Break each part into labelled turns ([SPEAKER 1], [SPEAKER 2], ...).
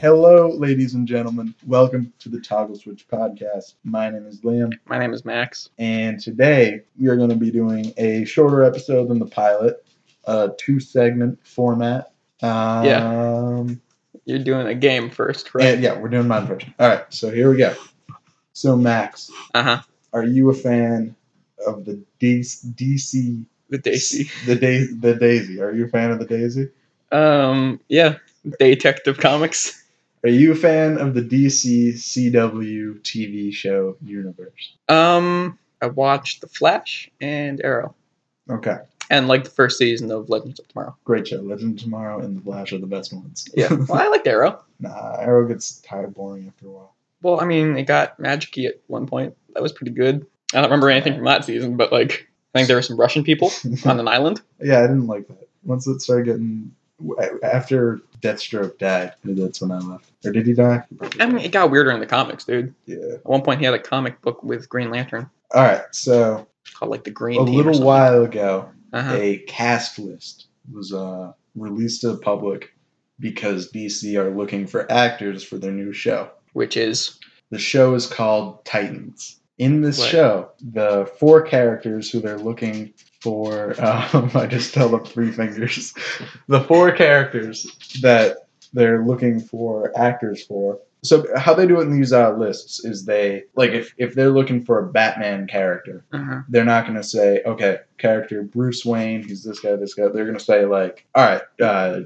[SPEAKER 1] Hello, ladies and gentlemen. Welcome to the Toggle Switch podcast. My name is Liam,
[SPEAKER 2] My name is Max.
[SPEAKER 1] and today we are going to be doing a shorter episode than the pilot, a two segment format. Um,
[SPEAKER 2] You're doing a game first,
[SPEAKER 1] and
[SPEAKER 2] right?
[SPEAKER 1] yeah, we're doing mine first. All right, so here we go. So, Max,
[SPEAKER 2] Uh huh.
[SPEAKER 1] are you a fan of the DC? DC
[SPEAKER 2] The Daisy.
[SPEAKER 1] The, da- the Daisy. Are you a fan of the Daisy?
[SPEAKER 2] Um. Yeah. Detective Comics.
[SPEAKER 1] Are you a fan of the DC CW TV show universe?
[SPEAKER 2] Um. I watched The Flash and Arrow,
[SPEAKER 1] Okay.
[SPEAKER 2] and like the first season of Legends of Tomorrow.
[SPEAKER 1] Great show. Legend of Tomorrow and The Flash are the best ones.
[SPEAKER 2] Yeah. well, I liked Arrow.
[SPEAKER 1] nah, Arrow gets tired of boring after a while.
[SPEAKER 2] Well, I mean, it got magicy at one point. That was pretty good. I don't remember anything from that season, but like, I think there were some Russian people on an island.
[SPEAKER 1] Yeah, I didn't like that. Once it started getting. w- After Deathstroke died, that's when I left. Or did he die? He probably
[SPEAKER 2] I mean,
[SPEAKER 1] died.
[SPEAKER 2] it got weirder in the comics, dude.
[SPEAKER 1] yeah.
[SPEAKER 2] At one point, he had a comic book with Green Lantern
[SPEAKER 1] All right, so
[SPEAKER 2] called like the Green
[SPEAKER 1] a
[SPEAKER 2] Team or
[SPEAKER 1] little
[SPEAKER 2] something.
[SPEAKER 1] while ago,
[SPEAKER 2] Uh-huh.
[SPEAKER 1] a cast list was uh, released to the public because DC are looking for actors for their new show.
[SPEAKER 2] Which is
[SPEAKER 1] The show is called Titans. In this
[SPEAKER 2] Right.
[SPEAKER 1] show, the four characters who they're looking for, um, I just held up three fingers. The four characters that they're looking for actors for. So how they do it in these uh, lists is they like if if they're looking for a Batman character,
[SPEAKER 2] uh
[SPEAKER 1] they're not going to say, okay, character Bruce Wayne, he's this guy, this guy. They're going to say, like, all right, uh,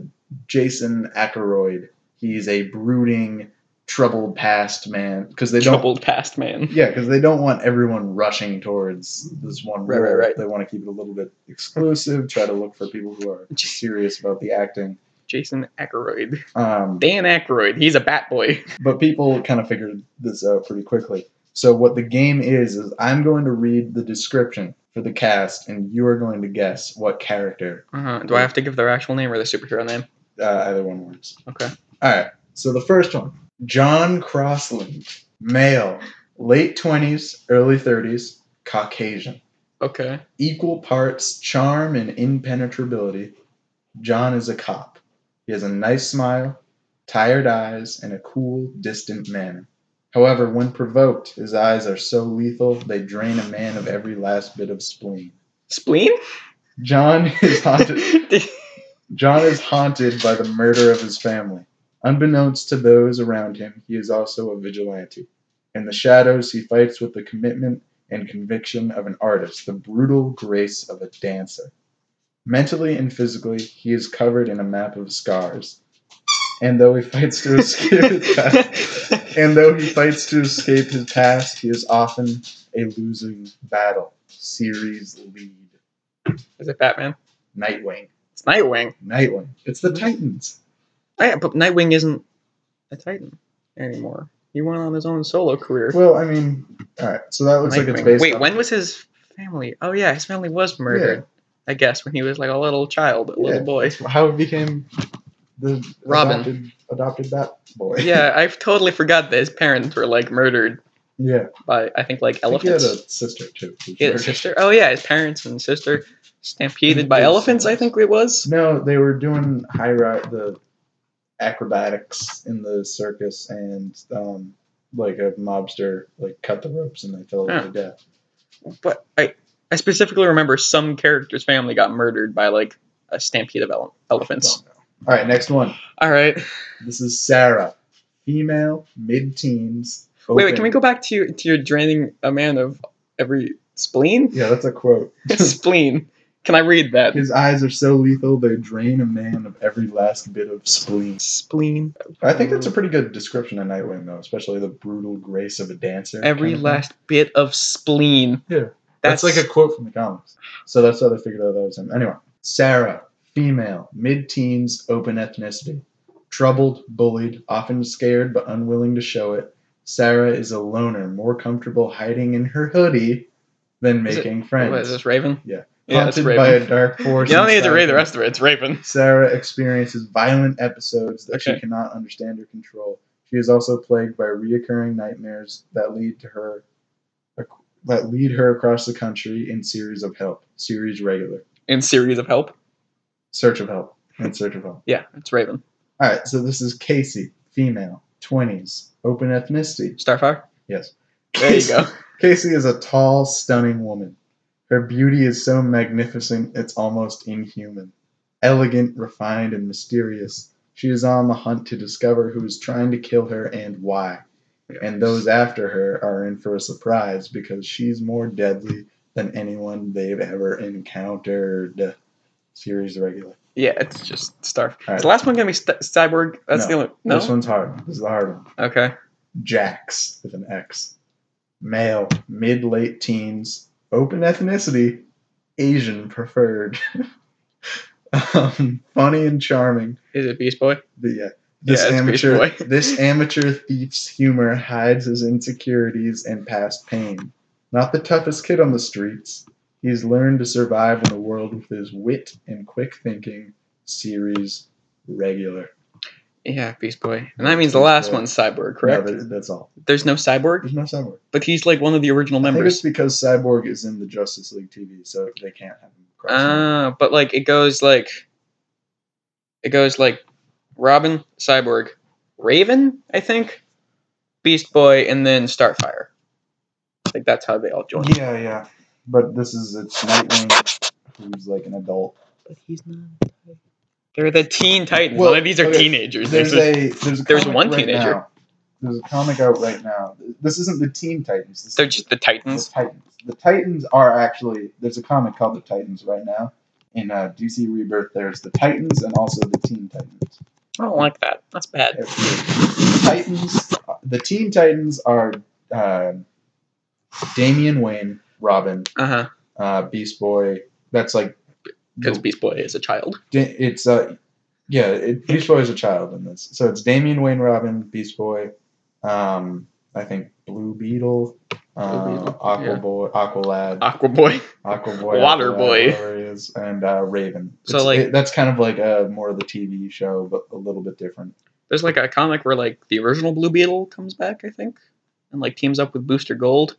[SPEAKER 1] Jason Ackroyd, he's a brooding, troubled past man. Because they don't.
[SPEAKER 2] troubled past man.
[SPEAKER 1] Yeah, because they don't want everyone rushing towards this one
[SPEAKER 2] Right, right,
[SPEAKER 1] role.
[SPEAKER 2] right.
[SPEAKER 1] They want to keep it a little bit exclusive, try to look for people who are serious about the acting.
[SPEAKER 2] Jason Ackroyd.
[SPEAKER 1] Um,
[SPEAKER 2] Dan Aykroyd. He's a bat boy.
[SPEAKER 1] but people kind of figured this out pretty quickly. So what the game is is I'm going to read the description for the cast, and you are going to guess what character
[SPEAKER 2] Uh-huh. Do I have to give their actual name or their superhero name?
[SPEAKER 1] uh, either one works.
[SPEAKER 2] Okay.
[SPEAKER 1] All right. So the first one, John Crossland, male, late twenties, early thirties, Caucasian,
[SPEAKER 2] Okay.
[SPEAKER 1] equal parts charm and impenetrability. John is a cop. He has a nice smile, tired eyes, and a cool, distant manner. However, when provoked, his eyes are so lethal they drain a man of every last bit of spleen.
[SPEAKER 2] Spleen?
[SPEAKER 1] John is haunted.
[SPEAKER 2] Did-
[SPEAKER 1] John is haunted by the murder of his family. Unbeknownst to those around him, he is also a vigilante. In the shadows, he fights with the commitment and conviction of an artist, the brutal grace of a dancer. Mentally and physically, he is covered in a map of scars. And though he fights to escape his past, and though he fights to escape his past, he is often a losing battle. Series lead,
[SPEAKER 2] Is it Batman?
[SPEAKER 1] Nightwing.
[SPEAKER 2] It's Nightwing.
[SPEAKER 1] Nightwing. It's the Titans.
[SPEAKER 2] Oh, yeah, but Nightwing isn't a Titan anymore. He went on his own solo career.
[SPEAKER 1] Well, I mean, all right. So that looks like it's
[SPEAKER 2] Nightwing.
[SPEAKER 1] based.
[SPEAKER 2] Wait,
[SPEAKER 1] on-
[SPEAKER 2] when was his family? Oh yeah, his family was murdered. I guess when he was like a little child, a
[SPEAKER 1] Yeah.
[SPEAKER 2] little boy.
[SPEAKER 1] how it became the
[SPEAKER 2] Robin.
[SPEAKER 1] adopted, adopted bat boy?
[SPEAKER 2] Yeah, I totally forgot that his parents were like murdered
[SPEAKER 1] yeah.
[SPEAKER 2] by I think like
[SPEAKER 1] I think he had
[SPEAKER 2] elephants.
[SPEAKER 1] a sister too.
[SPEAKER 2] He had a sister. Oh yeah, his parents and sister stampeded by
[SPEAKER 1] Yes.
[SPEAKER 2] elephants. I think it was.
[SPEAKER 1] No, they were doing high ride the acrobatics in the circus, and um, like a mobster like cut the ropes and they fell
[SPEAKER 2] Huh.
[SPEAKER 1] to death.
[SPEAKER 2] But I, I specifically remember some character's family got murdered by like a stampede of ele- elephants.
[SPEAKER 1] Don't know. All right, next one.
[SPEAKER 2] All right.
[SPEAKER 1] This is Sarah, female, mid-teens.
[SPEAKER 2] Wait, wait.
[SPEAKER 1] open-
[SPEAKER 2] Can we go back to your, to your draining a man of every spleen?
[SPEAKER 1] Yeah, that's a quote.
[SPEAKER 2] spleen. Can I read that?
[SPEAKER 1] His eyes are so lethal they drain a man of every last bit of spleen.
[SPEAKER 2] Spleen.
[SPEAKER 1] I think that's a pretty good description of Nightwing, though, especially the brutal grace of a dancer.
[SPEAKER 2] Every
[SPEAKER 1] kind of thing.
[SPEAKER 2] last bit of spleen.
[SPEAKER 1] Yeah.
[SPEAKER 2] That's,
[SPEAKER 1] That's, like a quote from the comics. So that's how they figured out that was him. Anyway, Sarah, female, mid teens, open ethnicity. Troubled, bullied, often scared but unwilling to show it, Sarah is a loner, more comfortable hiding in her hoodie than
[SPEAKER 2] Is it-
[SPEAKER 1] making
[SPEAKER 2] What,
[SPEAKER 1] friends.
[SPEAKER 2] is this Raven?
[SPEAKER 1] Yeah.
[SPEAKER 2] Yeah, it's
[SPEAKER 1] Haunted by
[SPEAKER 2] Raven.
[SPEAKER 1] a dark
[SPEAKER 2] You
[SPEAKER 1] force.
[SPEAKER 2] don't need to
[SPEAKER 1] inside
[SPEAKER 2] read the
[SPEAKER 1] her.
[SPEAKER 2] rest of it. It's Raven.
[SPEAKER 1] Sarah experiences violent episodes that she
[SPEAKER 2] Okay.
[SPEAKER 1] cannot understand or control. She is also plagued by reoccurring nightmares that lead to her that lead her across the country in series of help, series regular,
[SPEAKER 2] In series of help.
[SPEAKER 1] search of help, in search of help.
[SPEAKER 2] Yeah, it's Raven.
[SPEAKER 1] All right, so this is Casey, female, 20s, open ethnicity.
[SPEAKER 2] Starfire.
[SPEAKER 1] Yes.
[SPEAKER 2] There you go.
[SPEAKER 1] Casey is a tall, stunning woman. Her beauty is so magnificent it's almost inhuman. Elegant, refined, and mysterious, she is on the hunt to discover who is trying to kill her and why. And those after her are in for a surprise because she's more deadly than anyone they've ever encountered. Series regular.
[SPEAKER 2] Yeah, it's just Starfire.
[SPEAKER 1] All right.
[SPEAKER 2] Is the last one gonna be st- Cyborg?
[SPEAKER 1] No.
[SPEAKER 2] That's the only. No.
[SPEAKER 1] This one's hard. This is the hard one.
[SPEAKER 2] Okay.
[SPEAKER 1] Jax with an X. Male, mid late teens, open ethnicity, Asian preferred. um, funny and charming.
[SPEAKER 2] Is it Beast Boy?
[SPEAKER 1] But yeah. This
[SPEAKER 2] Yeah, it's Beast
[SPEAKER 1] amateur
[SPEAKER 2] Boy.
[SPEAKER 1] this amateur thief's humor hides his insecurities and past pain. Not the toughest kid on the streets, he's learned to survive in the world with his wit and quick thinking. Series regular.
[SPEAKER 2] Yeah, Beast Boy. And that means the last one's Cyborg, correct?
[SPEAKER 1] No, that- that's all.
[SPEAKER 2] There's no Cyborg,
[SPEAKER 1] There's no subword.
[SPEAKER 2] but he's like one of the original
[SPEAKER 1] I think it's
[SPEAKER 2] members.
[SPEAKER 1] because Cyborg is in the Justice League TV, so they can't have him cross.
[SPEAKER 2] Ah, but like it goes like it goes like Robin, Cyborg, Raven, I think, Beast Boy, and then Starfire. Like that's how they all join.
[SPEAKER 1] yeah, yeah. But this is it's Nightwing, who's like an adult.
[SPEAKER 2] But he's not. They're the Teen Titans.
[SPEAKER 1] Well,
[SPEAKER 2] None of these are
[SPEAKER 1] okay,
[SPEAKER 2] teenagers.
[SPEAKER 1] There's
[SPEAKER 2] This is-
[SPEAKER 1] a there's a
[SPEAKER 2] there's
[SPEAKER 1] comic
[SPEAKER 2] one
[SPEAKER 1] right
[SPEAKER 2] teenager.
[SPEAKER 1] now. There's a comic out right now. This isn't the Teen Titans. This
[SPEAKER 2] they're
[SPEAKER 1] is
[SPEAKER 2] just Mm-hmm. the Titans.
[SPEAKER 1] The Titans. The Titans are actually there's a comic called the Titans right now. In uh, DC Rebirth, there's the Titans and also the Teen Titans.
[SPEAKER 2] I don't like that. That's bad.
[SPEAKER 1] The Titans, the Teen Titans are uh, Damian Wayne, Robin,
[SPEAKER 2] Uh huh.
[SPEAKER 1] uh, Beast Boy. That's like
[SPEAKER 2] Because Beast Boy is a child.
[SPEAKER 1] Da- it's uh, yeah, it, Beast Boy is a child in this. So it's Damian Wayne Robin, Beast Boy, um, I think Blue Beetle, uh,
[SPEAKER 2] Blue Beetle,
[SPEAKER 1] Aqua
[SPEAKER 2] yeah.
[SPEAKER 1] Boy, Aqua Lad,
[SPEAKER 2] Aqua Boy.
[SPEAKER 1] Aqua Boy,
[SPEAKER 2] Water
[SPEAKER 1] Aqualad,
[SPEAKER 2] Boy.
[SPEAKER 1] whatever he is, and uh, Raven.
[SPEAKER 2] So,
[SPEAKER 1] It's-
[SPEAKER 2] like-
[SPEAKER 1] it- that's kind of like a more of the TV show, but a little bit different.
[SPEAKER 2] There's like a comic where like the original Blue Beetle comes back, I think, and like teams up with Booster Gold.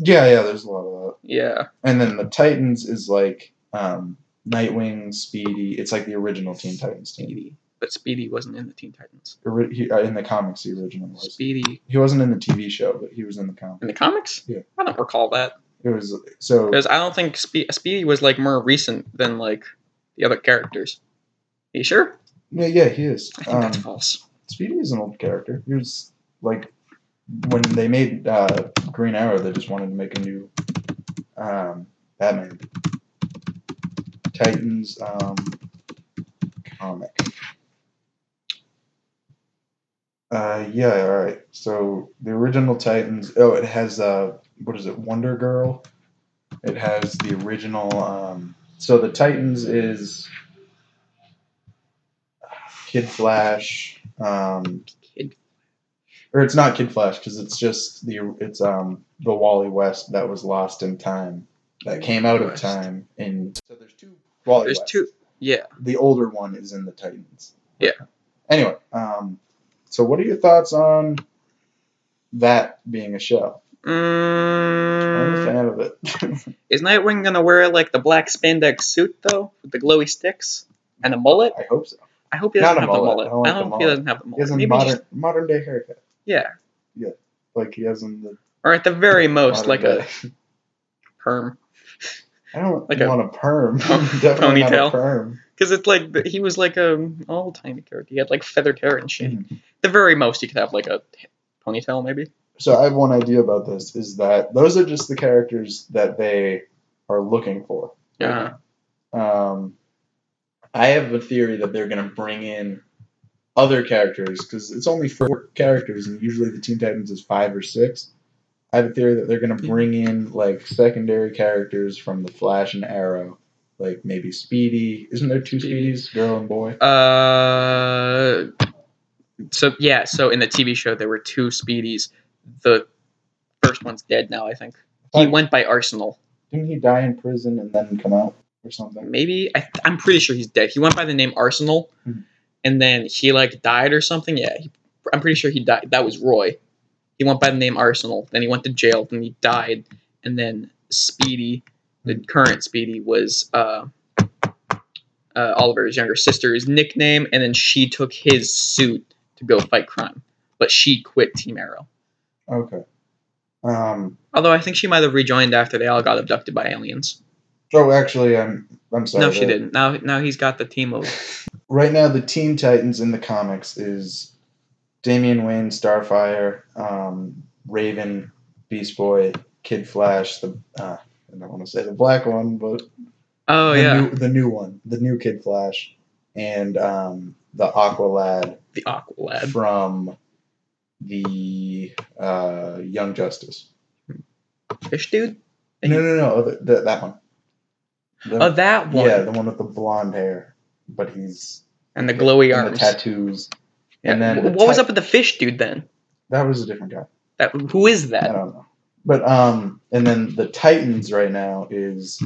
[SPEAKER 1] Yeah, yeah. There's a lot of that.
[SPEAKER 2] Yeah.
[SPEAKER 1] And then the Titans is like um, Nightwing, Speedy. It's like the original Teen Titans team.
[SPEAKER 2] Speedy. But Speedy wasn't in the Teen Titans.
[SPEAKER 1] Ori- he- uh, in the comics, the original was.
[SPEAKER 2] Speedy
[SPEAKER 1] He wasn't in the TV show, but he was in the comic.
[SPEAKER 2] in the comics?
[SPEAKER 1] Yeah.
[SPEAKER 2] I don't recall that
[SPEAKER 1] It was so
[SPEAKER 2] because I don't think Spe- Speedy was like more recent than like the other characters. you sure?
[SPEAKER 1] yeah, yeah, he is.
[SPEAKER 2] I think
[SPEAKER 1] Um,
[SPEAKER 2] that's false.
[SPEAKER 1] Speedy is an old character. He was like when they made uh, Green Arrow, they just wanted to make a new um, Batman Titans um, comic. Uh, yeah, all right. So the original Titans. Oh, it has uh, what is it? Wonder Girl. It has the original. Um, so the Titans is Kid Flash. Um,
[SPEAKER 2] Kid-
[SPEAKER 1] or it's not Kid Flash because it's just the it's um the Wally West that was lost in time that came out of
[SPEAKER 2] West.
[SPEAKER 1] time in. So there's two Wally
[SPEAKER 2] There's
[SPEAKER 1] Wests.
[SPEAKER 2] two. Yeah.
[SPEAKER 1] The older one is in the Titans.
[SPEAKER 2] Yeah.
[SPEAKER 1] Anyway, um, so what are your thoughts on that being a show? I'm a
[SPEAKER 2] Mm,
[SPEAKER 1] fan of it.
[SPEAKER 2] is Nightwing gonna wear like the black spandex suit though, with the glowy sticks and a mullet?
[SPEAKER 1] I hope so.
[SPEAKER 2] I hope he doesn't
[SPEAKER 1] Not a
[SPEAKER 2] have
[SPEAKER 1] mullet.
[SPEAKER 2] the mullet.
[SPEAKER 1] I don't like the
[SPEAKER 2] hope
[SPEAKER 1] mullet.
[SPEAKER 2] he doesn't have the
[SPEAKER 1] He
[SPEAKER 2] mullet.
[SPEAKER 1] has a
[SPEAKER 2] Maybe
[SPEAKER 1] modern
[SPEAKER 2] just
[SPEAKER 1] modern day haircut,
[SPEAKER 2] yeah.
[SPEAKER 1] like he has in the
[SPEAKER 2] or at the very most
[SPEAKER 1] modern
[SPEAKER 2] like
[SPEAKER 1] day.
[SPEAKER 2] a perm
[SPEAKER 1] I don't
[SPEAKER 2] like a-
[SPEAKER 1] want a, perm. Definitely not a
[SPEAKER 2] Ponytail.
[SPEAKER 1] perm.
[SPEAKER 2] because it's like th- he was like a old timey character he had like feathered hair and shit the very most you could have like a h- ponytail maybe
[SPEAKER 1] So I have one idea about this: is that those are just the characters that they are looking for.
[SPEAKER 2] yeah
[SPEAKER 1] Um, I have a theory that they're going to bring in other characters because it's only four characters, and usually the Teen Titans is five or six. I have a theory that they're going to bring in like secondary characters from the Flash and Arrow, like maybe Speedy. Isn't there two
[SPEAKER 2] Speedy.
[SPEAKER 1] Speedies, girl and boy?
[SPEAKER 2] uh so yeah so in the tv show there were two speedies the first one's dead now i think he
[SPEAKER 1] Like,
[SPEAKER 2] went by arsenal
[SPEAKER 1] Didn't he die in prison and then come out or something?
[SPEAKER 2] maybe I, th- i'm pretty sure he's dead he went by the name arsenal
[SPEAKER 1] Mhm.
[SPEAKER 2] and then he like died or something yeah he, i'm pretty sure he died that was roy he went by the name arsenal then he went to jail then he died and then speedy the current speedy was uh, uh, oliver's younger sister's nickname and then she took his suit to go fight crime, but she quit Team Arrow.
[SPEAKER 1] Okay. Um.
[SPEAKER 2] Although I think she might have rejoined after they all got abducted by aliens.
[SPEAKER 1] Oh, actually, I'm I'm sorry.
[SPEAKER 2] no, she
[SPEAKER 1] that-
[SPEAKER 2] didn't. Now, now he's got the team of
[SPEAKER 1] Right now, the Teen Titans in the comics is Damian Wayne, Starfire, um, Raven, Beast Boy, Kid Flash. The uh, I don't want to say the black one, but
[SPEAKER 2] oh
[SPEAKER 1] the,
[SPEAKER 2] yeah,
[SPEAKER 1] new, the new one, the new Kid Flash, and um, the Aqua Lad
[SPEAKER 2] the Aqua Lad.
[SPEAKER 1] from the uh, Young Justice.
[SPEAKER 2] fish dude. And
[SPEAKER 1] No, no, no, the, the, that one. The-
[SPEAKER 2] Oh, that one.
[SPEAKER 1] Yeah, the one with the blonde hair, but he's
[SPEAKER 2] and the glowy
[SPEAKER 1] and the
[SPEAKER 2] arms.
[SPEAKER 1] tattoos. And
[SPEAKER 2] Yeah.
[SPEAKER 1] then
[SPEAKER 2] Wh-
[SPEAKER 1] the
[SPEAKER 2] what was
[SPEAKER 1] tat-
[SPEAKER 2] up with the fish dude then?
[SPEAKER 1] That was a different guy.
[SPEAKER 2] That who is
[SPEAKER 1] I
[SPEAKER 2] that?
[SPEAKER 1] don't know. But um, and then the Titans right now is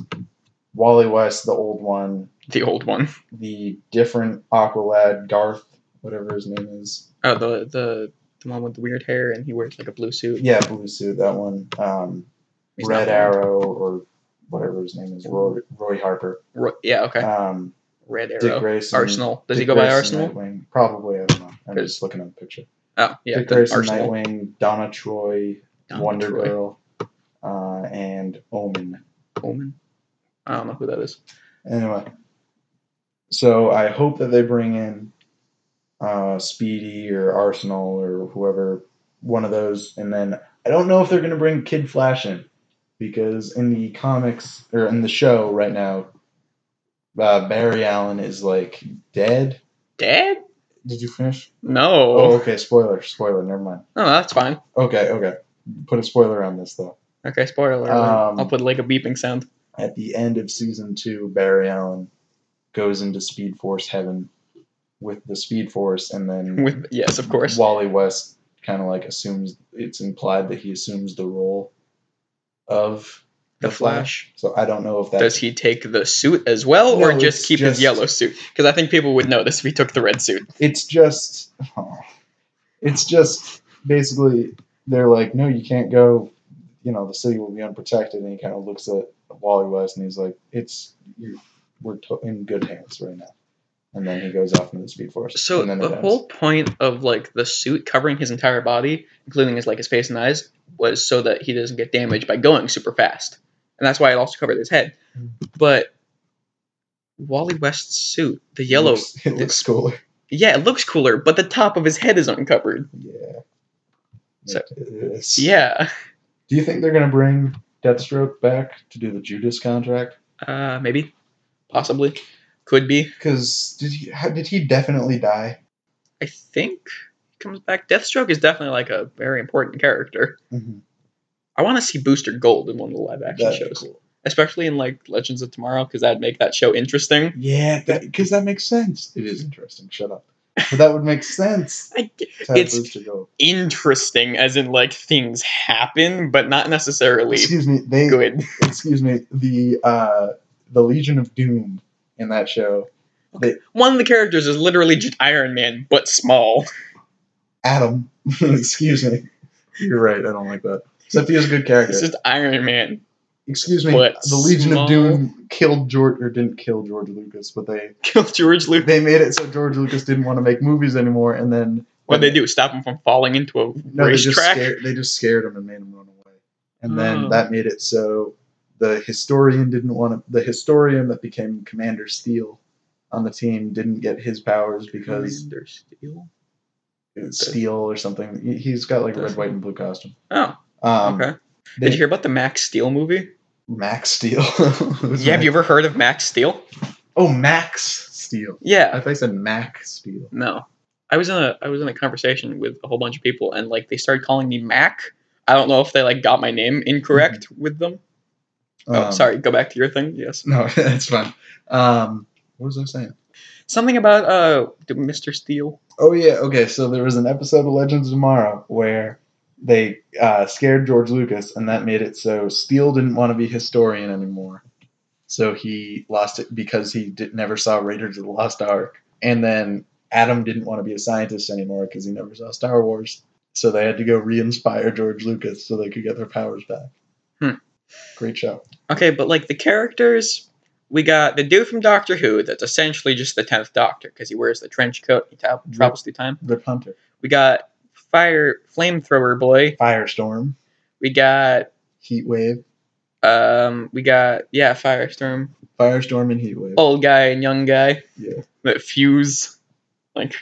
[SPEAKER 1] Wally West, the old one,
[SPEAKER 2] The old one.
[SPEAKER 1] the different Aqualad, Garth, whatever his name is.
[SPEAKER 2] Oh, the the the one with the weird hair and he wears like a blue suit.
[SPEAKER 1] Yeah, blue suit, that one. Um,
[SPEAKER 2] He's
[SPEAKER 1] Red
[SPEAKER 2] not-
[SPEAKER 1] Arrow or whatever his name is, Roy, Roy Harper.
[SPEAKER 2] Ro- yeah, okay.
[SPEAKER 1] Um,
[SPEAKER 2] Red
[SPEAKER 1] Dick
[SPEAKER 2] Arrow.
[SPEAKER 1] Grayson.
[SPEAKER 2] Arsenal. Does he
[SPEAKER 1] Dick
[SPEAKER 2] go by
[SPEAKER 1] Grayson,
[SPEAKER 2] Arsenal?
[SPEAKER 1] Nightwing. Probably, I don't know. I'm
[SPEAKER 2] Because-
[SPEAKER 1] just looking at the picture.
[SPEAKER 2] Oh, yeah.
[SPEAKER 1] Dick
[SPEAKER 2] the
[SPEAKER 1] Grayson,
[SPEAKER 2] Arsenal.
[SPEAKER 1] Nightwing, Donna Troy,
[SPEAKER 2] Donna
[SPEAKER 1] Wonder
[SPEAKER 2] Troy.
[SPEAKER 1] Girl, uh, and Omen.
[SPEAKER 2] Coleman. I don't know who that is.
[SPEAKER 1] Anyway, so I hope that they bring in uh, Speedy or Arsenal or whoever, one of those. And then I don't know if they're going to bring Kid Flash in because in the comics or in the show right now, uh, Barry Allen is like dead.
[SPEAKER 2] Dad?
[SPEAKER 1] Oh. Did you finish? Oh,
[SPEAKER 2] No.
[SPEAKER 1] okay. Spoiler, spoiler. Never mind.
[SPEAKER 2] No, that's fine.
[SPEAKER 1] Okay, okay. Put a spoiler on this though.
[SPEAKER 2] Okay, spoiler. alert.
[SPEAKER 1] Um,
[SPEAKER 2] I'll put like a beeping sound.
[SPEAKER 1] at the end of season two, Barry Allen goes into Speed Force heaven with the Speed Force, and then
[SPEAKER 2] With yes, of course.
[SPEAKER 1] Wally West kind of like assumes it's implied that he assumes the role of
[SPEAKER 2] The Flash.
[SPEAKER 1] So I don't know if that
[SPEAKER 2] Does he take the suit as well,
[SPEAKER 1] No,
[SPEAKER 2] or just
[SPEAKER 1] it's
[SPEAKER 2] keep
[SPEAKER 1] just-
[SPEAKER 2] his yellow suit? Because I think people would notice if he took the red suit.
[SPEAKER 1] it's just it's just basically they're like, no, you can't go. You know, the city will be unprotected, and he kind of looks at Wally West, and he's like, "It's you, we're to- in good hands right now." And then he goes off into the Speed Force.
[SPEAKER 2] So
[SPEAKER 1] and then it
[SPEAKER 2] the
[SPEAKER 1] ends.
[SPEAKER 2] whole point of like the suit covering his entire body, including his like his face and eyes, was so that he doesn't get damaged by going super fast, and that's why it also covered his head.
[SPEAKER 1] Mm.
[SPEAKER 2] But Wally West's suit, the yellow,
[SPEAKER 1] It looks, it looks cooler.
[SPEAKER 2] yeah, it looks cooler, but the top of his head is uncovered.
[SPEAKER 1] Yeah.
[SPEAKER 2] So-
[SPEAKER 1] It is.
[SPEAKER 2] Yeah,
[SPEAKER 1] Do you think they're gonna bring Deathstroke back to do the Judas contract?
[SPEAKER 2] uh, maybe, possibly, could be.
[SPEAKER 1] Because did he how, did he definitely die?
[SPEAKER 2] I think comes back. Deathstroke is definitely like a very important character. I want to see Booster Gold in one of the live action
[SPEAKER 1] That'd be
[SPEAKER 2] shows, especially in like Legends of Tomorrow, because that'd make that show interesting.
[SPEAKER 1] Yeah, because that, makes sense. It is interesting. Shut up. But that would make sense.
[SPEAKER 2] I g
[SPEAKER 1] To have
[SPEAKER 2] It's-
[SPEAKER 1] Booster Gold.
[SPEAKER 2] interesting, as in like things happen, but not necessarily
[SPEAKER 1] Excuse me. They
[SPEAKER 2] good.
[SPEAKER 1] excuse me. The uh, the Legion of Doom in that show.
[SPEAKER 2] One of the characters is literally just Iron Man, but small.
[SPEAKER 1] Adam. excuse me. You're right. I don't like that. Except he is a good character.
[SPEAKER 2] It's just Iron Man.
[SPEAKER 1] Excuse me.
[SPEAKER 2] But
[SPEAKER 1] the Legion
[SPEAKER 2] small.
[SPEAKER 1] of Doom killed George, or didn't kill George Lucas, but they
[SPEAKER 2] Kill George Lucas.
[SPEAKER 1] they made it so George Lucas didn't want to make movies anymore, and then
[SPEAKER 2] What they do? Stop him from falling into a
[SPEAKER 1] no, they just
[SPEAKER 2] racetrack?
[SPEAKER 1] scared, they just scared him and made him run away, and then
[SPEAKER 2] Oh.
[SPEAKER 1] that made it so the historian didn't want to. The historian that became Commander Steel on the team didn't get his powers because
[SPEAKER 2] Commander Steel.
[SPEAKER 1] Steel or something. he- He's got like a red, white, and blue costume.
[SPEAKER 2] Oh,
[SPEAKER 1] Um,
[SPEAKER 2] okay.
[SPEAKER 1] they-
[SPEAKER 2] Did you hear about the Max Steel movie?
[SPEAKER 1] Max Steel?
[SPEAKER 2] Yeah, have you ever heard of Max Steel?
[SPEAKER 1] Oh, Max Steel. I
[SPEAKER 2] Yeah.
[SPEAKER 1] thought I said Mac Steel.
[SPEAKER 2] No. I was in a I was in a conversation with a whole bunch of people and like they started calling me Mac. I don't know if they like got my name incorrect with them. Oh,
[SPEAKER 1] Um,
[SPEAKER 2] sorry. Go back to your thing. Yes.
[SPEAKER 1] No, that's fine. Um, what was I saying?
[SPEAKER 2] Something about uh Mr. Steel.
[SPEAKER 1] Oh yeah, okay. So there was an episode of Legends of Tomorrow where they uh, scared George Lucas, and that made it so Steele didn't want to be historian anymore. So he lost it because he did, never saw Raiders of the Lost Ark, and then Adam didn't want to be a scientist anymore because he never saw Star Wars. So they had to go re-inspire George Lucas so they could get their powers back.
[SPEAKER 2] Hmm.
[SPEAKER 1] Great show.
[SPEAKER 2] Okay, but like the characters we got the dude from Doctor Who that's essentially just the 10th Doctor because he wears the trench coat and he tra-
[SPEAKER 1] Yep.
[SPEAKER 2] travels through time.
[SPEAKER 1] The punter.
[SPEAKER 2] We got Fire Flamethrower Boy.
[SPEAKER 1] Firestorm.
[SPEAKER 2] We got
[SPEAKER 1] Heatwave.
[SPEAKER 2] um we got yeah, Firestorm.
[SPEAKER 1] Firestorm and Heatwave.
[SPEAKER 2] Old guy and young guy
[SPEAKER 1] Yeah.
[SPEAKER 2] that fuse like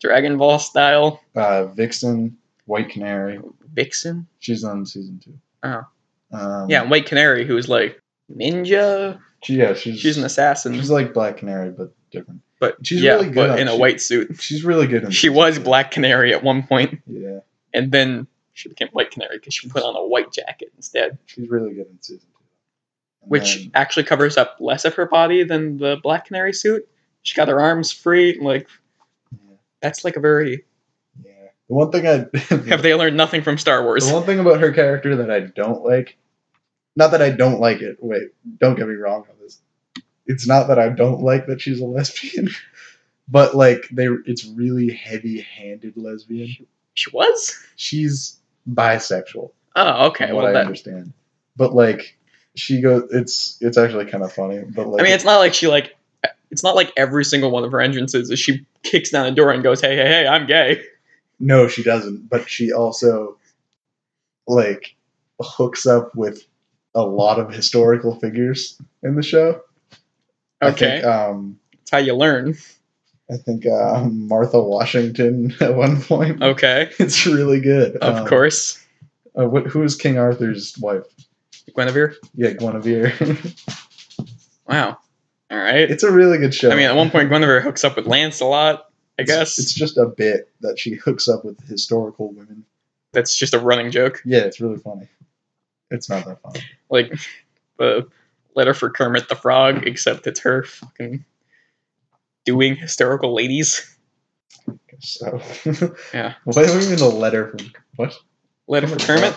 [SPEAKER 2] Dragon Ball style.
[SPEAKER 1] Uh, Vixen. White Canary.
[SPEAKER 2] Vixen.
[SPEAKER 1] She's on season two.
[SPEAKER 2] Oh.
[SPEAKER 1] Um,
[SPEAKER 2] Yeah, and White Canary who's like ninja.
[SPEAKER 1] She, yeah, she's
[SPEAKER 2] She's an assassin.
[SPEAKER 1] she's like Black Canary but different.
[SPEAKER 2] but
[SPEAKER 1] she's
[SPEAKER 2] yeah,
[SPEAKER 1] really good
[SPEAKER 2] but
[SPEAKER 1] at-
[SPEAKER 2] in a
[SPEAKER 1] she-
[SPEAKER 2] white suit.
[SPEAKER 1] She's really good. In
[SPEAKER 2] She
[SPEAKER 1] season
[SPEAKER 2] was
[SPEAKER 1] two.
[SPEAKER 2] Black Canary at one point,
[SPEAKER 1] Yeah,
[SPEAKER 2] and then she became White Canary because she put on a white jacket instead,
[SPEAKER 1] she's really good in season two. And
[SPEAKER 2] which
[SPEAKER 1] then-
[SPEAKER 2] actually covers up less of her body than the Black Canary suit. She got her arms free, and, like
[SPEAKER 1] yeah,
[SPEAKER 2] that's like a very.
[SPEAKER 1] yeah. The one thing I
[SPEAKER 2] Have they learned nothing from Star Wars?
[SPEAKER 1] The one thing about her character that I don't like, not that I don't like it. Wait, don't get me wrong on this. It's not that I don't like that she's a lesbian, but like they, it's really heavy-handed lesbian.
[SPEAKER 2] She was.
[SPEAKER 1] She's bisexual.
[SPEAKER 2] Oh,
[SPEAKER 1] from
[SPEAKER 2] okay.
[SPEAKER 1] what
[SPEAKER 2] Well,
[SPEAKER 1] I
[SPEAKER 2] that,
[SPEAKER 1] understand, but like she goes, it's it's actually kind of funny. But like,
[SPEAKER 2] I mean, it's not like she like. It's not like every single one of her entrances is she kicks down a door and goes, "Hey, hey, hey, I'm gay."
[SPEAKER 1] No, she doesn't. But she also, like, hooks up with a lot of historical figures in the show. I
[SPEAKER 2] Okay,
[SPEAKER 1] think, um,
[SPEAKER 2] that's how you learn.
[SPEAKER 1] I think uh, Martha Washington at one point.
[SPEAKER 2] Okay,
[SPEAKER 1] It's really good.
[SPEAKER 2] Oh. of
[SPEAKER 1] Um,
[SPEAKER 2] course,
[SPEAKER 1] Uh, what, who is King Arthur's wife?
[SPEAKER 2] Guinevere.
[SPEAKER 1] Yeah, Guinevere.
[SPEAKER 2] Wow. All right.
[SPEAKER 1] it's a really good show.
[SPEAKER 2] I mean, at one point, Guinevere hooks up with Lance a lot. I
[SPEAKER 1] It's-
[SPEAKER 2] guess
[SPEAKER 1] it's just a bit that she hooks up with historical women.
[SPEAKER 2] that's just a running joke.
[SPEAKER 1] Yeah, it's really funny. It's not that funny.
[SPEAKER 2] Like the letter for Kermit the Frog, except it's her fucking doing hysterical ladies.
[SPEAKER 1] So,
[SPEAKER 2] Yeah.
[SPEAKER 1] Why do we even a letter from what?
[SPEAKER 2] Letter for Kermit.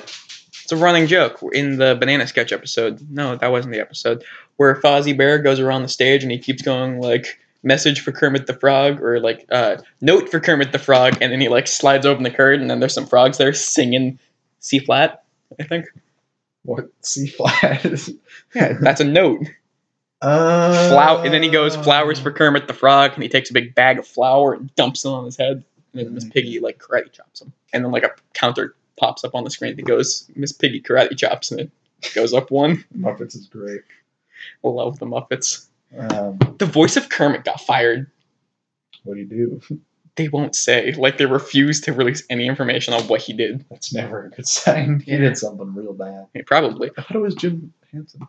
[SPEAKER 2] It's a running joke in the banana sketch episode. No, that wasn't the episode where Fozzie Bear goes around the stage and he keeps going like message for Kermit the Frog or like uh, note for Kermit the Frog, and then he like slides open the curtain and then there's some frogs there singing C flat. I think.
[SPEAKER 1] What C flat?
[SPEAKER 2] Yeah, that's a note.
[SPEAKER 1] uh,
[SPEAKER 2] Flower, and then he goes flowers for Kermit the Frog, and he takes a big bag of flour and dumps it on his head. And then Miss Piggy like karate chops him, and then like a counter pops up on the screen that goes Miss Piggy karate chops, and it goes up one.
[SPEAKER 1] Muppets is great.
[SPEAKER 2] Love the Muppets.
[SPEAKER 1] Um,
[SPEAKER 2] The voice of Kermit got fired.
[SPEAKER 1] what do you do?
[SPEAKER 2] They won't say like they refuse to release any information on what he did.
[SPEAKER 1] That's never a good sign. He
[SPEAKER 2] Yeah.
[SPEAKER 1] did something real bad.
[SPEAKER 2] I mean, probably
[SPEAKER 1] I thought it was Jim Hansen.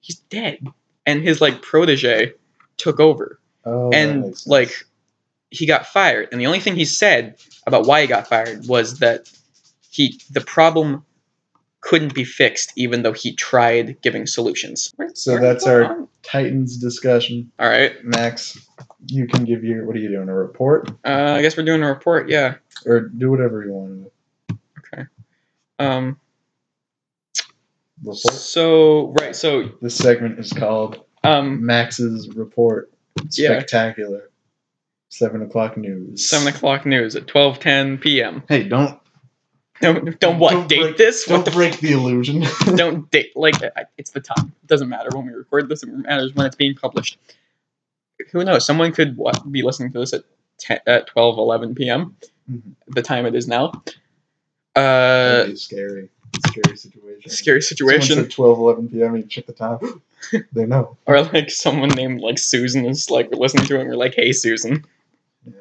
[SPEAKER 2] he's dead, and his like protege took over.
[SPEAKER 1] Oh, that
[SPEAKER 2] and
[SPEAKER 1] makes sense.
[SPEAKER 2] like he got fired and the only thing he said about why he got fired was that he the problem couldn't be fixed even though he tried giving solutions
[SPEAKER 1] So that's our- Titans discussion.
[SPEAKER 2] all right
[SPEAKER 1] Max, you can give your what are you doing? A report
[SPEAKER 2] uh, i guess we're doing a report yeah
[SPEAKER 1] or do whatever you want.
[SPEAKER 2] um
[SPEAKER 1] Report.
[SPEAKER 2] so right so
[SPEAKER 1] This segment is called
[SPEAKER 2] um
[SPEAKER 1] Max's report.
[SPEAKER 2] Yeah.
[SPEAKER 1] Spectacular. Seven o'clock news.
[SPEAKER 2] seven o'clock news at twelve ten p.m
[SPEAKER 1] Hey, don't
[SPEAKER 2] don't don't what
[SPEAKER 1] Don't
[SPEAKER 2] date
[SPEAKER 1] break-
[SPEAKER 2] this
[SPEAKER 1] Don't
[SPEAKER 2] what the Uh,
[SPEAKER 1] break the illusion.
[SPEAKER 2] don't date like I- it's the time. It doesn't matter when we record this. It matters when it's being published. Who knows? Someone could what, be listening to this at 10, at 12, 11 p.m.
[SPEAKER 1] Mhm.
[SPEAKER 2] The time it is now. Uh,
[SPEAKER 1] That'd be scary. Scary situation.
[SPEAKER 2] scary
[SPEAKER 1] Someone
[SPEAKER 2] situation.
[SPEAKER 1] said 12, 11 p.m. You check the time. they know.
[SPEAKER 2] Or like someone named like Susan is like we're listening to it and we're like, hey Susan.
[SPEAKER 1] Yeah.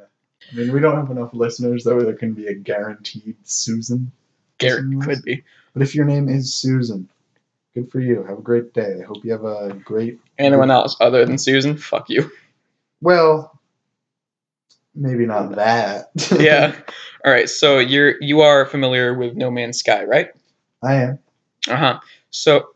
[SPEAKER 1] I mean, we don't have enough listeners that there can be a guaranteed Susan.
[SPEAKER 2] Garrett
[SPEAKER 1] Susan
[SPEAKER 2] could be.
[SPEAKER 1] But if your name is Susan, good for you. Have a great day. I hope you have a great.
[SPEAKER 2] Anyone else other than Susan? Fuck you.
[SPEAKER 1] Well, maybe not that.
[SPEAKER 2] yeah. All right. So you're you are familiar with No Man's Sky, right?
[SPEAKER 1] I am.
[SPEAKER 2] Uh huh. So,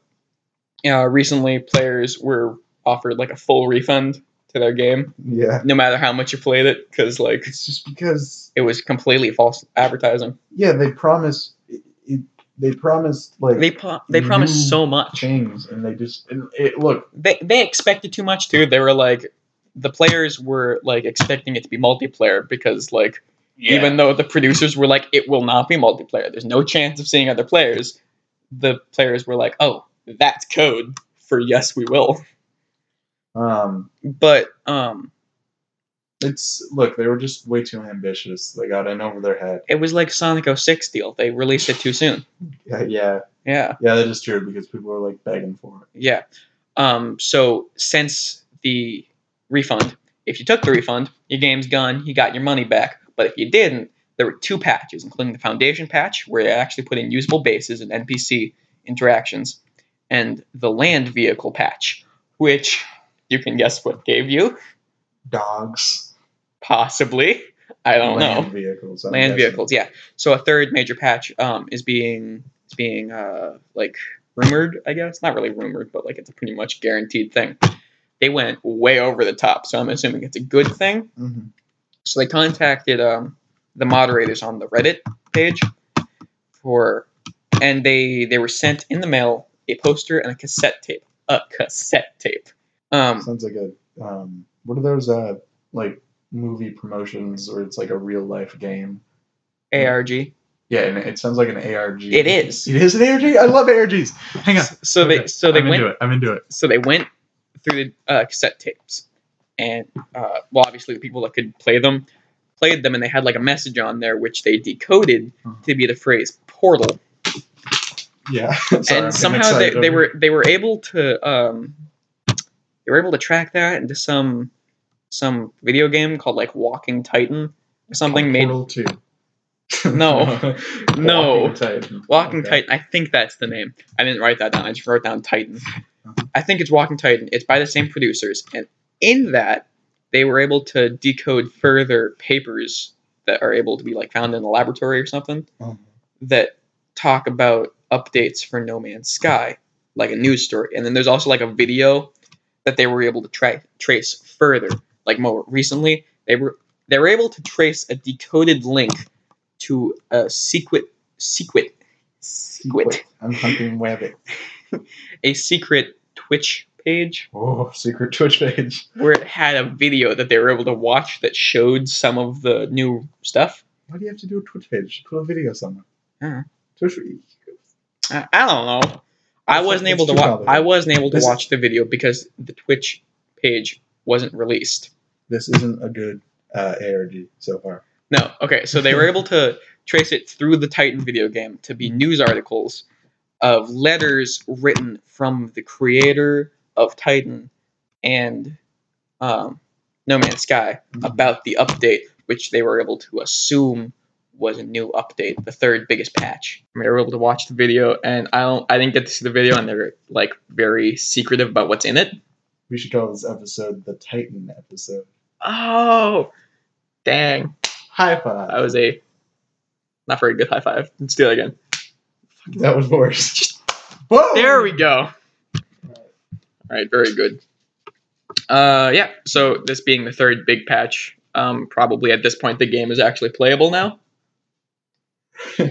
[SPEAKER 2] uh, recently players were offered like a full refund to their game,
[SPEAKER 1] Yeah.
[SPEAKER 2] no matter how much you played it, because like
[SPEAKER 1] It's just because
[SPEAKER 2] it was completely false advertising.
[SPEAKER 1] yeah they promise it, it, they promised like
[SPEAKER 2] They pro- they promised
[SPEAKER 1] Mm.
[SPEAKER 2] so much.
[SPEAKER 1] things and they just and it, look
[SPEAKER 2] They they expected too much too. They were like. The players were like expecting it to be multiplayer because, like, even though the producers were like, it will not be multiplayer, there's no chance of seeing other players, the players were like, oh, that's code for yes, we will.
[SPEAKER 1] Um,
[SPEAKER 2] But um,
[SPEAKER 1] it's look, they were just way too ambitious. They got in over their head.
[SPEAKER 2] it was like Sonic 06 deal. They released it too soon.
[SPEAKER 1] Yeah, yeah,
[SPEAKER 2] Yeah,
[SPEAKER 1] yeah, that is true because people were like begging for
[SPEAKER 2] yeah. Um, so since the refund, if you took the refund, your game's gone. You got your money back. But if you didn't, there were two patches, including the foundation patch, where they actually put in usable bases and NPC interactions, and the land vehicle patch, which you can guess what gave you.
[SPEAKER 1] it. Dogs,
[SPEAKER 2] Possibly, I don't know.
[SPEAKER 1] land vehicles, I'm
[SPEAKER 2] land
[SPEAKER 1] guessing.
[SPEAKER 2] vehicles. Yeah. So a third major patch um, is being is being uh, like rumored. I guess not really rumored, but like it's a pretty much guaranteed thing. They went way over the top, so I'm assuming it's a good thing.
[SPEAKER 1] Mhm.
[SPEAKER 2] So they contacted um, the moderators on the Reddit page for, and they they were sent in the mail a poster and a cassette tape. A cassette tape. Um,
[SPEAKER 1] Sounds like a um, what are those uh like movie promotions or it's like a real life game?
[SPEAKER 2] ARG.
[SPEAKER 1] Yeah, and it sounds like an ARG.
[SPEAKER 2] It is.
[SPEAKER 1] It is an ARG. I love ARGs. Hang on.
[SPEAKER 2] So they
[SPEAKER 1] Okay.
[SPEAKER 2] so they
[SPEAKER 1] I'm
[SPEAKER 2] went
[SPEAKER 1] into it. I'm into it.
[SPEAKER 2] so they went through the uh, cassette tapes, and uh, well, obviously the people that could play them played them, and they had like a message on there which they decoded
[SPEAKER 1] Mhm.
[SPEAKER 2] to be the phrase "portal."
[SPEAKER 1] Yeah. Sorry, I'm getting
[SPEAKER 2] and somehow they,
[SPEAKER 1] excited
[SPEAKER 2] they
[SPEAKER 1] over
[SPEAKER 2] were they were able to um, they were able to track that into some some video game called like Walking Titan or something made
[SPEAKER 1] Portal Two.
[SPEAKER 2] No. No.
[SPEAKER 1] Walking Titan.
[SPEAKER 2] Walking
[SPEAKER 1] Okay.
[SPEAKER 2] Titan. I think that's the name. I didn't write that down. I just wrote down Titan.
[SPEAKER 1] Uh-huh.
[SPEAKER 2] I think it's Walking Titan. It's by the same producers, and in that they were able to decode further papers that are able to be like found in a laboratory or something
[SPEAKER 1] Uh-huh.
[SPEAKER 2] that talk about updates for No Man's Sky, like a news story. And then there's also like a video that they were able to tra- trace further, like more recently. They were they were able to trace a decoded link to a secret secret secret
[SPEAKER 1] Secret. I'm hunting Wabbit.
[SPEAKER 2] a secret Twitch page
[SPEAKER 1] Oh, secret Twitch page.
[SPEAKER 2] where it had a video that they were able to watch that showed some of the new stuff.
[SPEAKER 1] Why do you have to do a Twitch page? Put a video somewhere.
[SPEAKER 2] Uh-huh.
[SPEAKER 1] Twitch.
[SPEAKER 2] I, I don't know. I
[SPEAKER 1] It's-
[SPEAKER 2] wasn't
[SPEAKER 1] it's
[SPEAKER 2] able to
[SPEAKER 1] too
[SPEAKER 2] watch.
[SPEAKER 1] relevant.
[SPEAKER 2] I wasn't able to
[SPEAKER 1] This is-
[SPEAKER 2] watch the video because the Twitch page wasn't released.
[SPEAKER 1] This isn't a good uh, ARG so far.
[SPEAKER 2] No. Okay. So they were able to trace it through the Titan video game to
[SPEAKER 1] Mm-hmm.
[SPEAKER 2] be news articles of letters written from the creator of Titan and um, No Man's Sky about the update, which they were able to assume was a new update, the third biggest patch. I mean, they were able to watch the video, and I don't, I didn't get to see the video, and they're like very secretive about what's in it.
[SPEAKER 1] We should call this episode the Titan episode.
[SPEAKER 2] Oh, dang!
[SPEAKER 1] High five.
[SPEAKER 2] That was a not very good high five. Let's do that again.
[SPEAKER 1] That was worse. Whoa!
[SPEAKER 2] There we go. All right, very good. Uh, yeah. So this being the third big patch, um, probably at this point the game is actually playable now,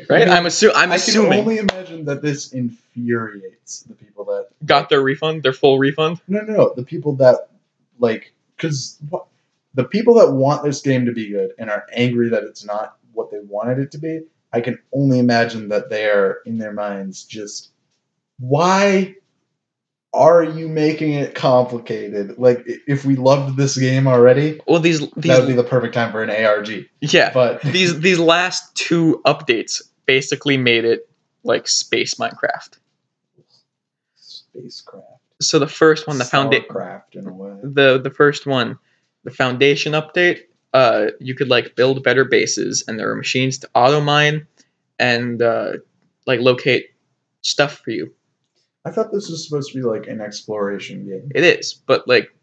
[SPEAKER 2] right? I'm assu- I'm
[SPEAKER 1] I can
[SPEAKER 2] assuming.
[SPEAKER 1] only imagine that this infuriates the people that
[SPEAKER 2] got their refund, their full refund.
[SPEAKER 1] No, no, no. The people that like, because what the people that want this game to be good and are angry that it's not what they wanted it to be, I can only imagine that they are in their minds just, why are you making it complicated? Like, i- if we loved this game already,
[SPEAKER 2] Well, these
[SPEAKER 1] that would be
[SPEAKER 2] these
[SPEAKER 1] the perfect time for an ARG.
[SPEAKER 2] yeah,
[SPEAKER 1] But
[SPEAKER 2] these these last two updates basically made it like space Minecraft.
[SPEAKER 1] spacecraft,
[SPEAKER 2] So the first one, the foundation,
[SPEAKER 1] Starcraft in a way.
[SPEAKER 2] the the first one, the foundation update, uh, you could like build better bases, and there were machines to auto mine, and uh, like locate stuff for you.
[SPEAKER 1] I thought this was supposed to be like an exploration game.
[SPEAKER 2] It is, but like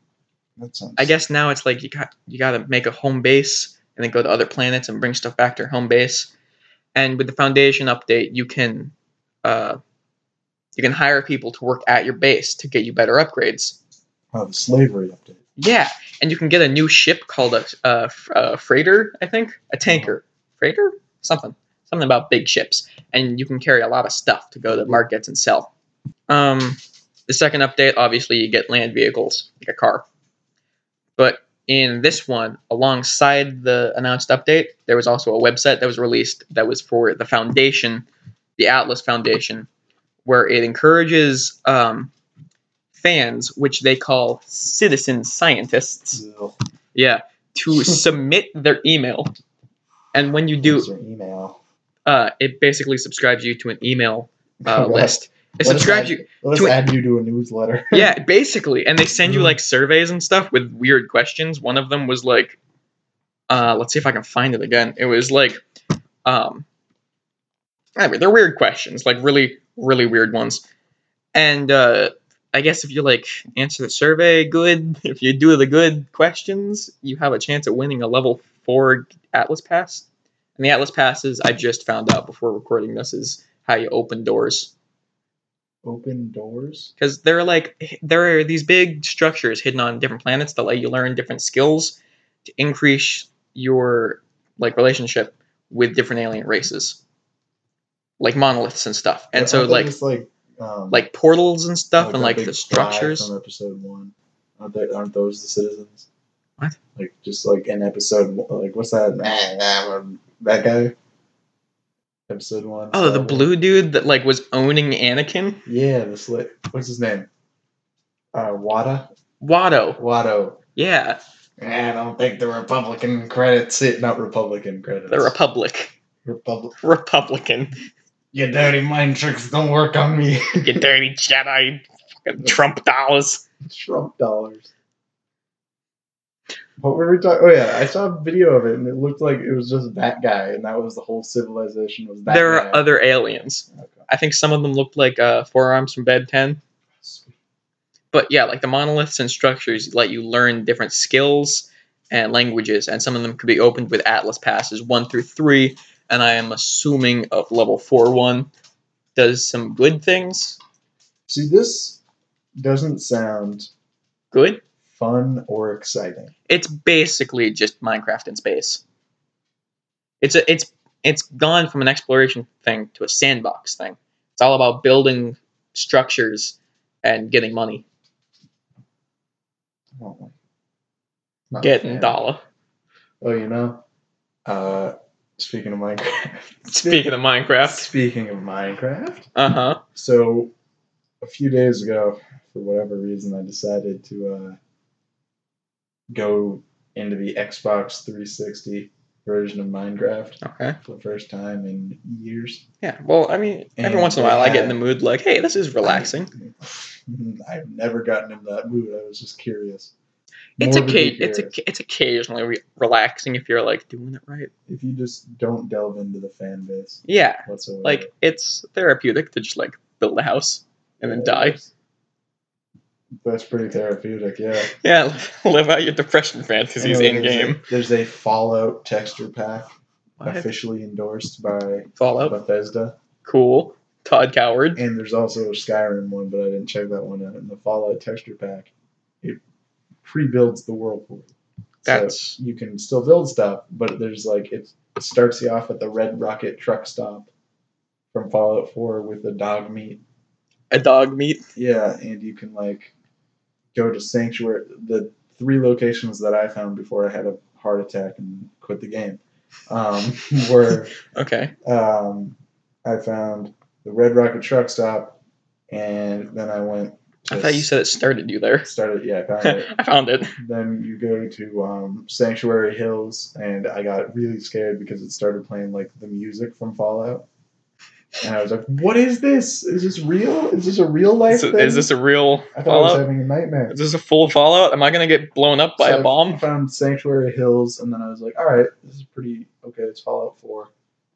[SPEAKER 1] That sounds.
[SPEAKER 2] I guess now it's like you got you got to make a home base and then go to other planets and bring stuff back to your home base. And with the foundation update, you can uh, you can hire people to work at your base to get you better upgrades.
[SPEAKER 1] Oh, the slavery update.
[SPEAKER 2] Yeah, and you can get a new ship called a, a, f- a freighter, I think, a tanker, freighter, something, something about big ships, and you can carry a lot of stuff to go to markets and sell. Um, the second update, obviously, you get land vehicles like a car, but in this one, alongside the announced update, there was also a website that was released that was for the foundation, the Atlas Foundation, where it encourages um, fans, which they call citizen scientists, yeah, to submit their email. And when you do,
[SPEAKER 1] User email.
[SPEAKER 2] uh, it basically subscribes you to an email uh,
[SPEAKER 1] Correct.
[SPEAKER 2] list. It
[SPEAKER 1] What is
[SPEAKER 2] subscribes
[SPEAKER 1] that?
[SPEAKER 2] you,
[SPEAKER 1] Let's
[SPEAKER 2] to-
[SPEAKER 1] add you to a newsletter.
[SPEAKER 2] yeah, basically, and they send you
[SPEAKER 1] Mhm.
[SPEAKER 2] like surveys and stuff with weird questions. One of them was like, uh, let's see if I can find it again. It was like, um, I mean, they're weird questions, like really, really weird ones. And uh, I guess if you like answer the survey good, if you do the good questions, you have a chance at winning a level four Atlas pass. And the Atlas passes, I just found out before recording this, is how you open doors
[SPEAKER 1] Open doors.
[SPEAKER 2] because there are like there are these big structures hidden on different planets that let you learn different skills to increase your like relationship with different alien races like monoliths and stuff and
[SPEAKER 1] Aren't
[SPEAKER 2] so
[SPEAKER 1] they
[SPEAKER 2] like
[SPEAKER 1] just like um,
[SPEAKER 2] like portals and stuff and
[SPEAKER 1] that
[SPEAKER 2] like
[SPEAKER 1] Oh, big
[SPEAKER 2] the
[SPEAKER 1] fly
[SPEAKER 2] structures
[SPEAKER 1] from episode one. Aren't, they, aren't those the citizens?
[SPEAKER 2] What?
[SPEAKER 1] Like just like in episode one- like what's that that guy? Episode one.
[SPEAKER 2] oh the
[SPEAKER 1] Cyborg.
[SPEAKER 2] blue dude that like was owning anakin
[SPEAKER 1] Yeah, the slit. What's his name? Uh, Wada.
[SPEAKER 2] watto
[SPEAKER 1] Watto.
[SPEAKER 2] yeah
[SPEAKER 1] I don't think the Republican credits it. Not Republican credits.
[SPEAKER 2] the republic
[SPEAKER 1] Republic.
[SPEAKER 2] republican
[SPEAKER 1] Your dirty mind tricks don't work on me.
[SPEAKER 2] you dirty jedi fucking trump dollars
[SPEAKER 1] Trump dollars. What were we talking? Oh yeah, I saw a video of it, and it looked like it was just that guy, and that was the whole civilization was that.
[SPEAKER 2] there
[SPEAKER 1] guy.
[SPEAKER 2] are other aliens
[SPEAKER 1] Okay.
[SPEAKER 2] I think some of them looked like uh, forearms from Bed 10.
[SPEAKER 1] Sweet.
[SPEAKER 2] But yeah, like the monoliths and structures let you learn different skills and languages, and some of them could be opened with Atlas passes one through three, and I am assuming of level four one does some good things.
[SPEAKER 1] See, this doesn't sound
[SPEAKER 2] Good.
[SPEAKER 1] fun or exciting.
[SPEAKER 2] It's basically just Minecraft in space. It's a it's it's gone from an exploration thing to a sandbox thing. It's all about building structures and getting money,
[SPEAKER 1] I don't like- not a
[SPEAKER 2] getting
[SPEAKER 1] fan.
[SPEAKER 2] dollar.
[SPEAKER 1] Oh, you know. Uh, speaking of Minecraft.
[SPEAKER 2] Speaking of Minecraft,
[SPEAKER 1] Speaking of Minecraft.
[SPEAKER 2] uh huh.
[SPEAKER 1] So, a few days ago, for whatever reason, I decided to uh, go into the Xbox 360 version of Minecraft
[SPEAKER 2] Okay.
[SPEAKER 1] for the first time in years.
[SPEAKER 2] Yeah. Well, I mean, every
[SPEAKER 1] And
[SPEAKER 2] once in a
[SPEAKER 1] they
[SPEAKER 2] while, I get in
[SPEAKER 1] had-
[SPEAKER 2] the mood like, "Hey, this is relaxing."
[SPEAKER 1] I've never gotten in that mood. I was just curious.
[SPEAKER 2] It's a
[SPEAKER 1] Morbidly
[SPEAKER 2] ca- it's
[SPEAKER 1] curious.
[SPEAKER 2] a it's occasionally re- relaxing if you're like doing it right.
[SPEAKER 1] If you just don't delve into the fan base
[SPEAKER 2] Yeah.
[SPEAKER 1] whatsoever,
[SPEAKER 2] Like it's therapeutic to just like build a house and then die.
[SPEAKER 1] That's pretty therapeutic, yeah.
[SPEAKER 2] Yeah. Live out your depression fantasies
[SPEAKER 1] Anyway,
[SPEAKER 2] in
[SPEAKER 1] there's a-
[SPEAKER 2] game.
[SPEAKER 1] There's a Fallout texture pack
[SPEAKER 2] What? Oh.
[SPEAKER 1] officially endorsed by
[SPEAKER 2] Fallout.
[SPEAKER 1] Bethesda.
[SPEAKER 2] Cool. Todd Coward.
[SPEAKER 1] And there's also a Skyrim one, but I didn't check that one out. And the Fallout texture pack, it pre-builds the world for you.
[SPEAKER 2] That's
[SPEAKER 1] So you can still build stuff, but there's like it starts you off at the Red Rocket truck stop from Fallout 4 with the dog meat.
[SPEAKER 2] a dog meat.
[SPEAKER 1] Yeah, and you can like go to Sanctuary. The three locations that I found before I had a heart attack and quit the game um, were
[SPEAKER 2] Okay.
[SPEAKER 1] um, I found the Red Rocket truck stop, and then I went.
[SPEAKER 2] I thought you said it started you there.
[SPEAKER 1] started. Yeah, I found it.
[SPEAKER 2] I found it.
[SPEAKER 1] then you go to um, Sanctuary Hills, and I got really scared because it started playing like the music from Fallout, and I was like, "What is this? Is this real? Is this a real life
[SPEAKER 2] Is,
[SPEAKER 1] thing?"
[SPEAKER 2] is this a real
[SPEAKER 1] I thought I was
[SPEAKER 2] Fallout?
[SPEAKER 1] having a nightmare.
[SPEAKER 2] Is this a full Fallout? Am I gonna get blown up by
[SPEAKER 1] So
[SPEAKER 2] a
[SPEAKER 1] I
[SPEAKER 2] bomb?
[SPEAKER 1] found Sanctuary Hills, and then I was like, all right, this is pretty okay. It's Fallout Four,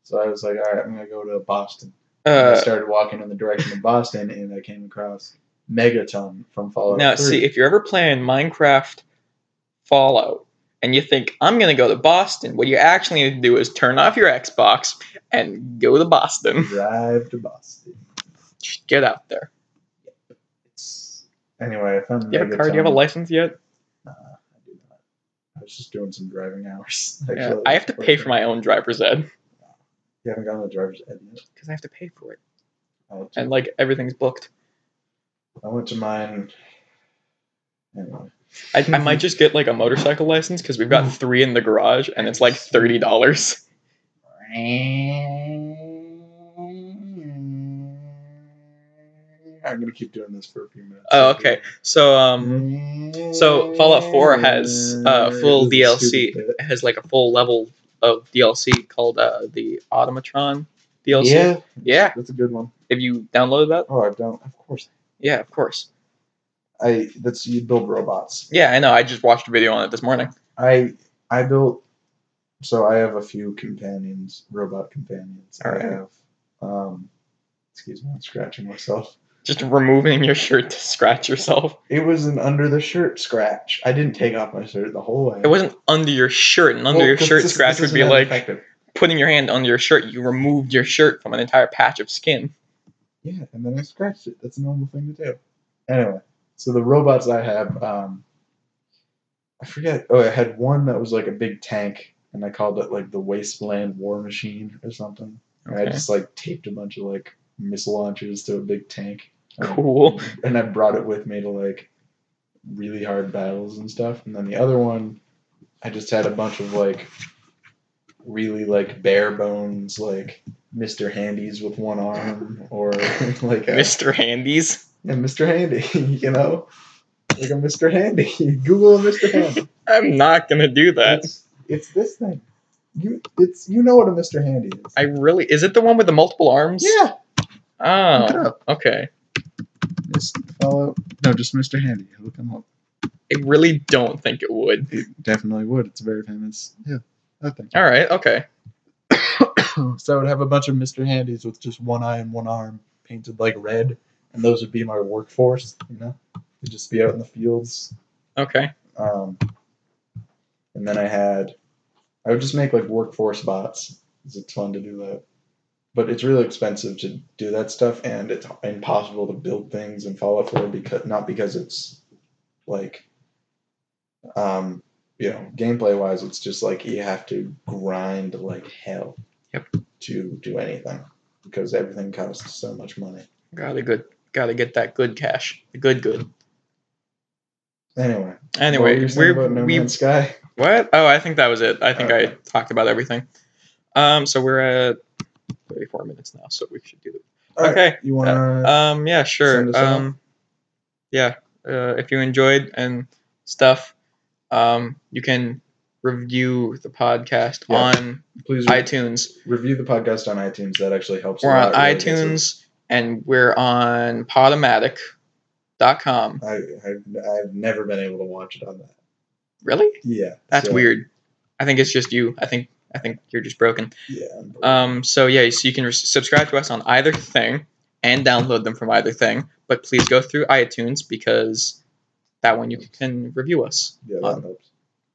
[SPEAKER 1] so I was like, all right, I'm gonna go to Boston. And I
[SPEAKER 2] Uh,
[SPEAKER 1] started walking in the direction of Boston, and I came across Megaton from Fallout.
[SPEAKER 2] now,
[SPEAKER 1] 3.
[SPEAKER 2] see, if you're ever playing Minecraft Fallout and you think I'm gonna go to Boston, what you actually need to do is turn off your Xbox and go to Boston.
[SPEAKER 1] drive to Boston.
[SPEAKER 2] Just Get out there.
[SPEAKER 1] It's- Anyway, I found
[SPEAKER 2] Do you have a car? Do you have a
[SPEAKER 1] Megaton.
[SPEAKER 2] license yet?
[SPEAKER 1] Nah, I do not. I was just doing some driving hours.
[SPEAKER 2] Yeah.
[SPEAKER 1] actually.
[SPEAKER 2] I have to pay for my own driver's ed
[SPEAKER 1] You haven't gotten the driver's ed yet.
[SPEAKER 2] because I have to pay for it,
[SPEAKER 1] I went, to,
[SPEAKER 2] and like everything's booked.
[SPEAKER 1] I went to mine. Anyway,
[SPEAKER 2] I, I might just get like a motorcycle license because we've
[SPEAKER 1] Hmm.
[SPEAKER 2] got three in the garage, and it's like thirty dollars.
[SPEAKER 1] I'm gonna keep doing this for a few minutes.
[SPEAKER 2] Oh, okay. So
[SPEAKER 1] Hmm.
[SPEAKER 2] um, so Fallout 4 has, uh, full
[SPEAKER 1] This is a
[SPEAKER 2] DLC.
[SPEAKER 1] stupid bit.
[SPEAKER 2] it has like a full level of DLC called uh the Automatron DLC.
[SPEAKER 1] Yeah,
[SPEAKER 2] Yeah.
[SPEAKER 1] that's a good one.
[SPEAKER 2] Have you downloaded that?
[SPEAKER 1] Oh, I don't. Of course,
[SPEAKER 2] Yeah, of course.
[SPEAKER 1] I. That's you build robots.
[SPEAKER 2] Yeah, I know. I just watched a video on it this morning.
[SPEAKER 1] I I built so I have a few companions, robot companions. I
[SPEAKER 2] Alright.
[SPEAKER 1] have um excuse me, I'm scratching myself.
[SPEAKER 2] Just removing your shirt to scratch yourself.
[SPEAKER 1] It was an under the shirt scratch. I didn't take off my shirt the whole way.
[SPEAKER 2] It wasn't under your shirt, and under
[SPEAKER 1] Well,
[SPEAKER 2] your
[SPEAKER 1] 'cause
[SPEAKER 2] shirt
[SPEAKER 1] this-
[SPEAKER 2] scratch
[SPEAKER 1] this
[SPEAKER 2] would be
[SPEAKER 1] isn't
[SPEAKER 2] like
[SPEAKER 1] effective.
[SPEAKER 2] putting your hand under your shirt. You removed your shirt from an entire patch of skin.
[SPEAKER 1] Yeah, and then I scratched it. That's a normal thing to do. Anyway, so the robots I have, um I forget oh I had one that was like a big tank and I called it like the Wasteland War Machine or something. And I
[SPEAKER 2] Okay.
[SPEAKER 1] just like taped a bunch of like missile launchers to a big tank. And I-
[SPEAKER 2] Cool.
[SPEAKER 1] And I brought it with me to like really hard battles and stuff. And then the other one, I just had a bunch of like really like bare bones like Mr. Handy's with one arm or like a,
[SPEAKER 2] Mr. Handies.
[SPEAKER 1] yeah, Mr. Handy, you know? Like a Mr. Handy. Google a Mr. Handy.
[SPEAKER 2] I'm not gonna do that.
[SPEAKER 1] It's, it's this thing. You it's you know what a Mr. Handy is.
[SPEAKER 2] I really is it the one with the multiple arms?
[SPEAKER 1] yeah. Look it
[SPEAKER 2] Oh.
[SPEAKER 1] up.
[SPEAKER 2] Okay.
[SPEAKER 1] Just follow. No, just Mr. Handy. Look him up.
[SPEAKER 2] I really don't think it would.
[SPEAKER 1] It definitely would. It's very famous. Yeah, I think.
[SPEAKER 2] All right. Okay.
[SPEAKER 1] so I would have a bunch of Mr. Handys with just one eye and one arm painted like red, and those would be my workforce. You know, they'd just be out in the fields.
[SPEAKER 2] Okay.
[SPEAKER 1] Um, and then I had, I would just make like workforce bots. 'cause It's fun to do that, but it's really expensive to do that stuff, and it's impossible to build things in Fallout 4 because not because it's like, um, you know, gameplay wise, it's just like you have to grind like hell
[SPEAKER 2] Yep.
[SPEAKER 1] to do anything because everything costs so much money.
[SPEAKER 2] Gotta good. Gotta get that good cash. The good good.
[SPEAKER 1] Anyway, what were
[SPEAKER 2] Anyway,
[SPEAKER 1] you saying
[SPEAKER 2] we're
[SPEAKER 1] about No
[SPEAKER 2] we
[SPEAKER 1] Man's Sky.
[SPEAKER 2] what? Oh, I think that was it. I think I
[SPEAKER 1] Okay.
[SPEAKER 2] talked about everything. Um. So we're at thirty-four minutes now. So we should do it.
[SPEAKER 1] All right,
[SPEAKER 2] okay.
[SPEAKER 1] you wanna?
[SPEAKER 2] Um. Yeah. Sure.
[SPEAKER 1] Send us out?
[SPEAKER 2] Um. Yeah. Uh, if you enjoyed and stuff, um, you can review the podcast
[SPEAKER 1] Yeah.
[SPEAKER 2] on
[SPEAKER 1] please
[SPEAKER 2] iTunes.
[SPEAKER 1] review the podcast on iTunes. That actually helps.
[SPEAKER 2] We're
[SPEAKER 1] a
[SPEAKER 2] on
[SPEAKER 1] lot, really gets it.
[SPEAKER 2] iTunes and we're on Podomatic.com.
[SPEAKER 1] I, I've, I've never been able to watch it on that.
[SPEAKER 2] Really?
[SPEAKER 1] Yeah,
[SPEAKER 2] That's
[SPEAKER 1] so-
[SPEAKER 2] weird. I think it's just you. I think I think you're just broken.
[SPEAKER 1] Yeah, I'm-
[SPEAKER 2] Um, so yeah, so you can res- subscribe to us on either thing and download them from either thing, but please go through iTunes because that one you can review us.
[SPEAKER 1] yeah, that
[SPEAKER 2] um,
[SPEAKER 1] helps.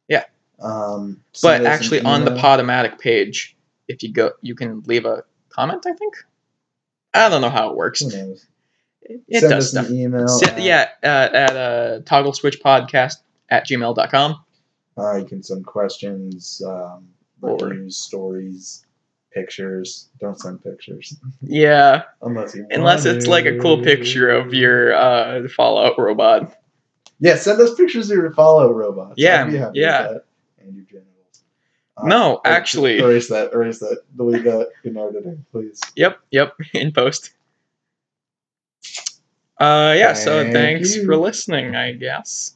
[SPEAKER 2] yeah.
[SPEAKER 1] Um,
[SPEAKER 2] But
[SPEAKER 1] send us an
[SPEAKER 2] actually, on the
[SPEAKER 1] email.
[SPEAKER 2] Podomatic page, if you go, you can leave a comment. I think. I don't know how it works.
[SPEAKER 1] Who knows?
[SPEAKER 2] It, it
[SPEAKER 1] send
[SPEAKER 2] does
[SPEAKER 1] us
[SPEAKER 2] stuff.
[SPEAKER 1] an email.
[SPEAKER 2] Se-
[SPEAKER 1] at-
[SPEAKER 2] yeah, uh, at uh, toggle switch podcast at gmail.com.
[SPEAKER 1] uh, you can send questions, um,
[SPEAKER 2] Or-
[SPEAKER 1] reviews, stories, pictures. Don't send pictures
[SPEAKER 2] Yeah,
[SPEAKER 1] unless you
[SPEAKER 2] unless
[SPEAKER 1] want
[SPEAKER 2] it's like a cool
[SPEAKER 1] to.
[SPEAKER 2] picture of your uh, Fallout robot.
[SPEAKER 1] Yeah, send us pictures of your follow robots.
[SPEAKER 2] Yeah,
[SPEAKER 1] I'd be happy with
[SPEAKER 2] yeah.
[SPEAKER 1] that. And your genitals. Uh,
[SPEAKER 2] No,
[SPEAKER 1] er-
[SPEAKER 2] actually.
[SPEAKER 1] erase that. Erase that. Delete that in editing, please.
[SPEAKER 2] Yep, yep, in post. Uh, yeah, so
[SPEAKER 1] Thank
[SPEAKER 2] thanks
[SPEAKER 1] you.
[SPEAKER 2] for listening, I guess.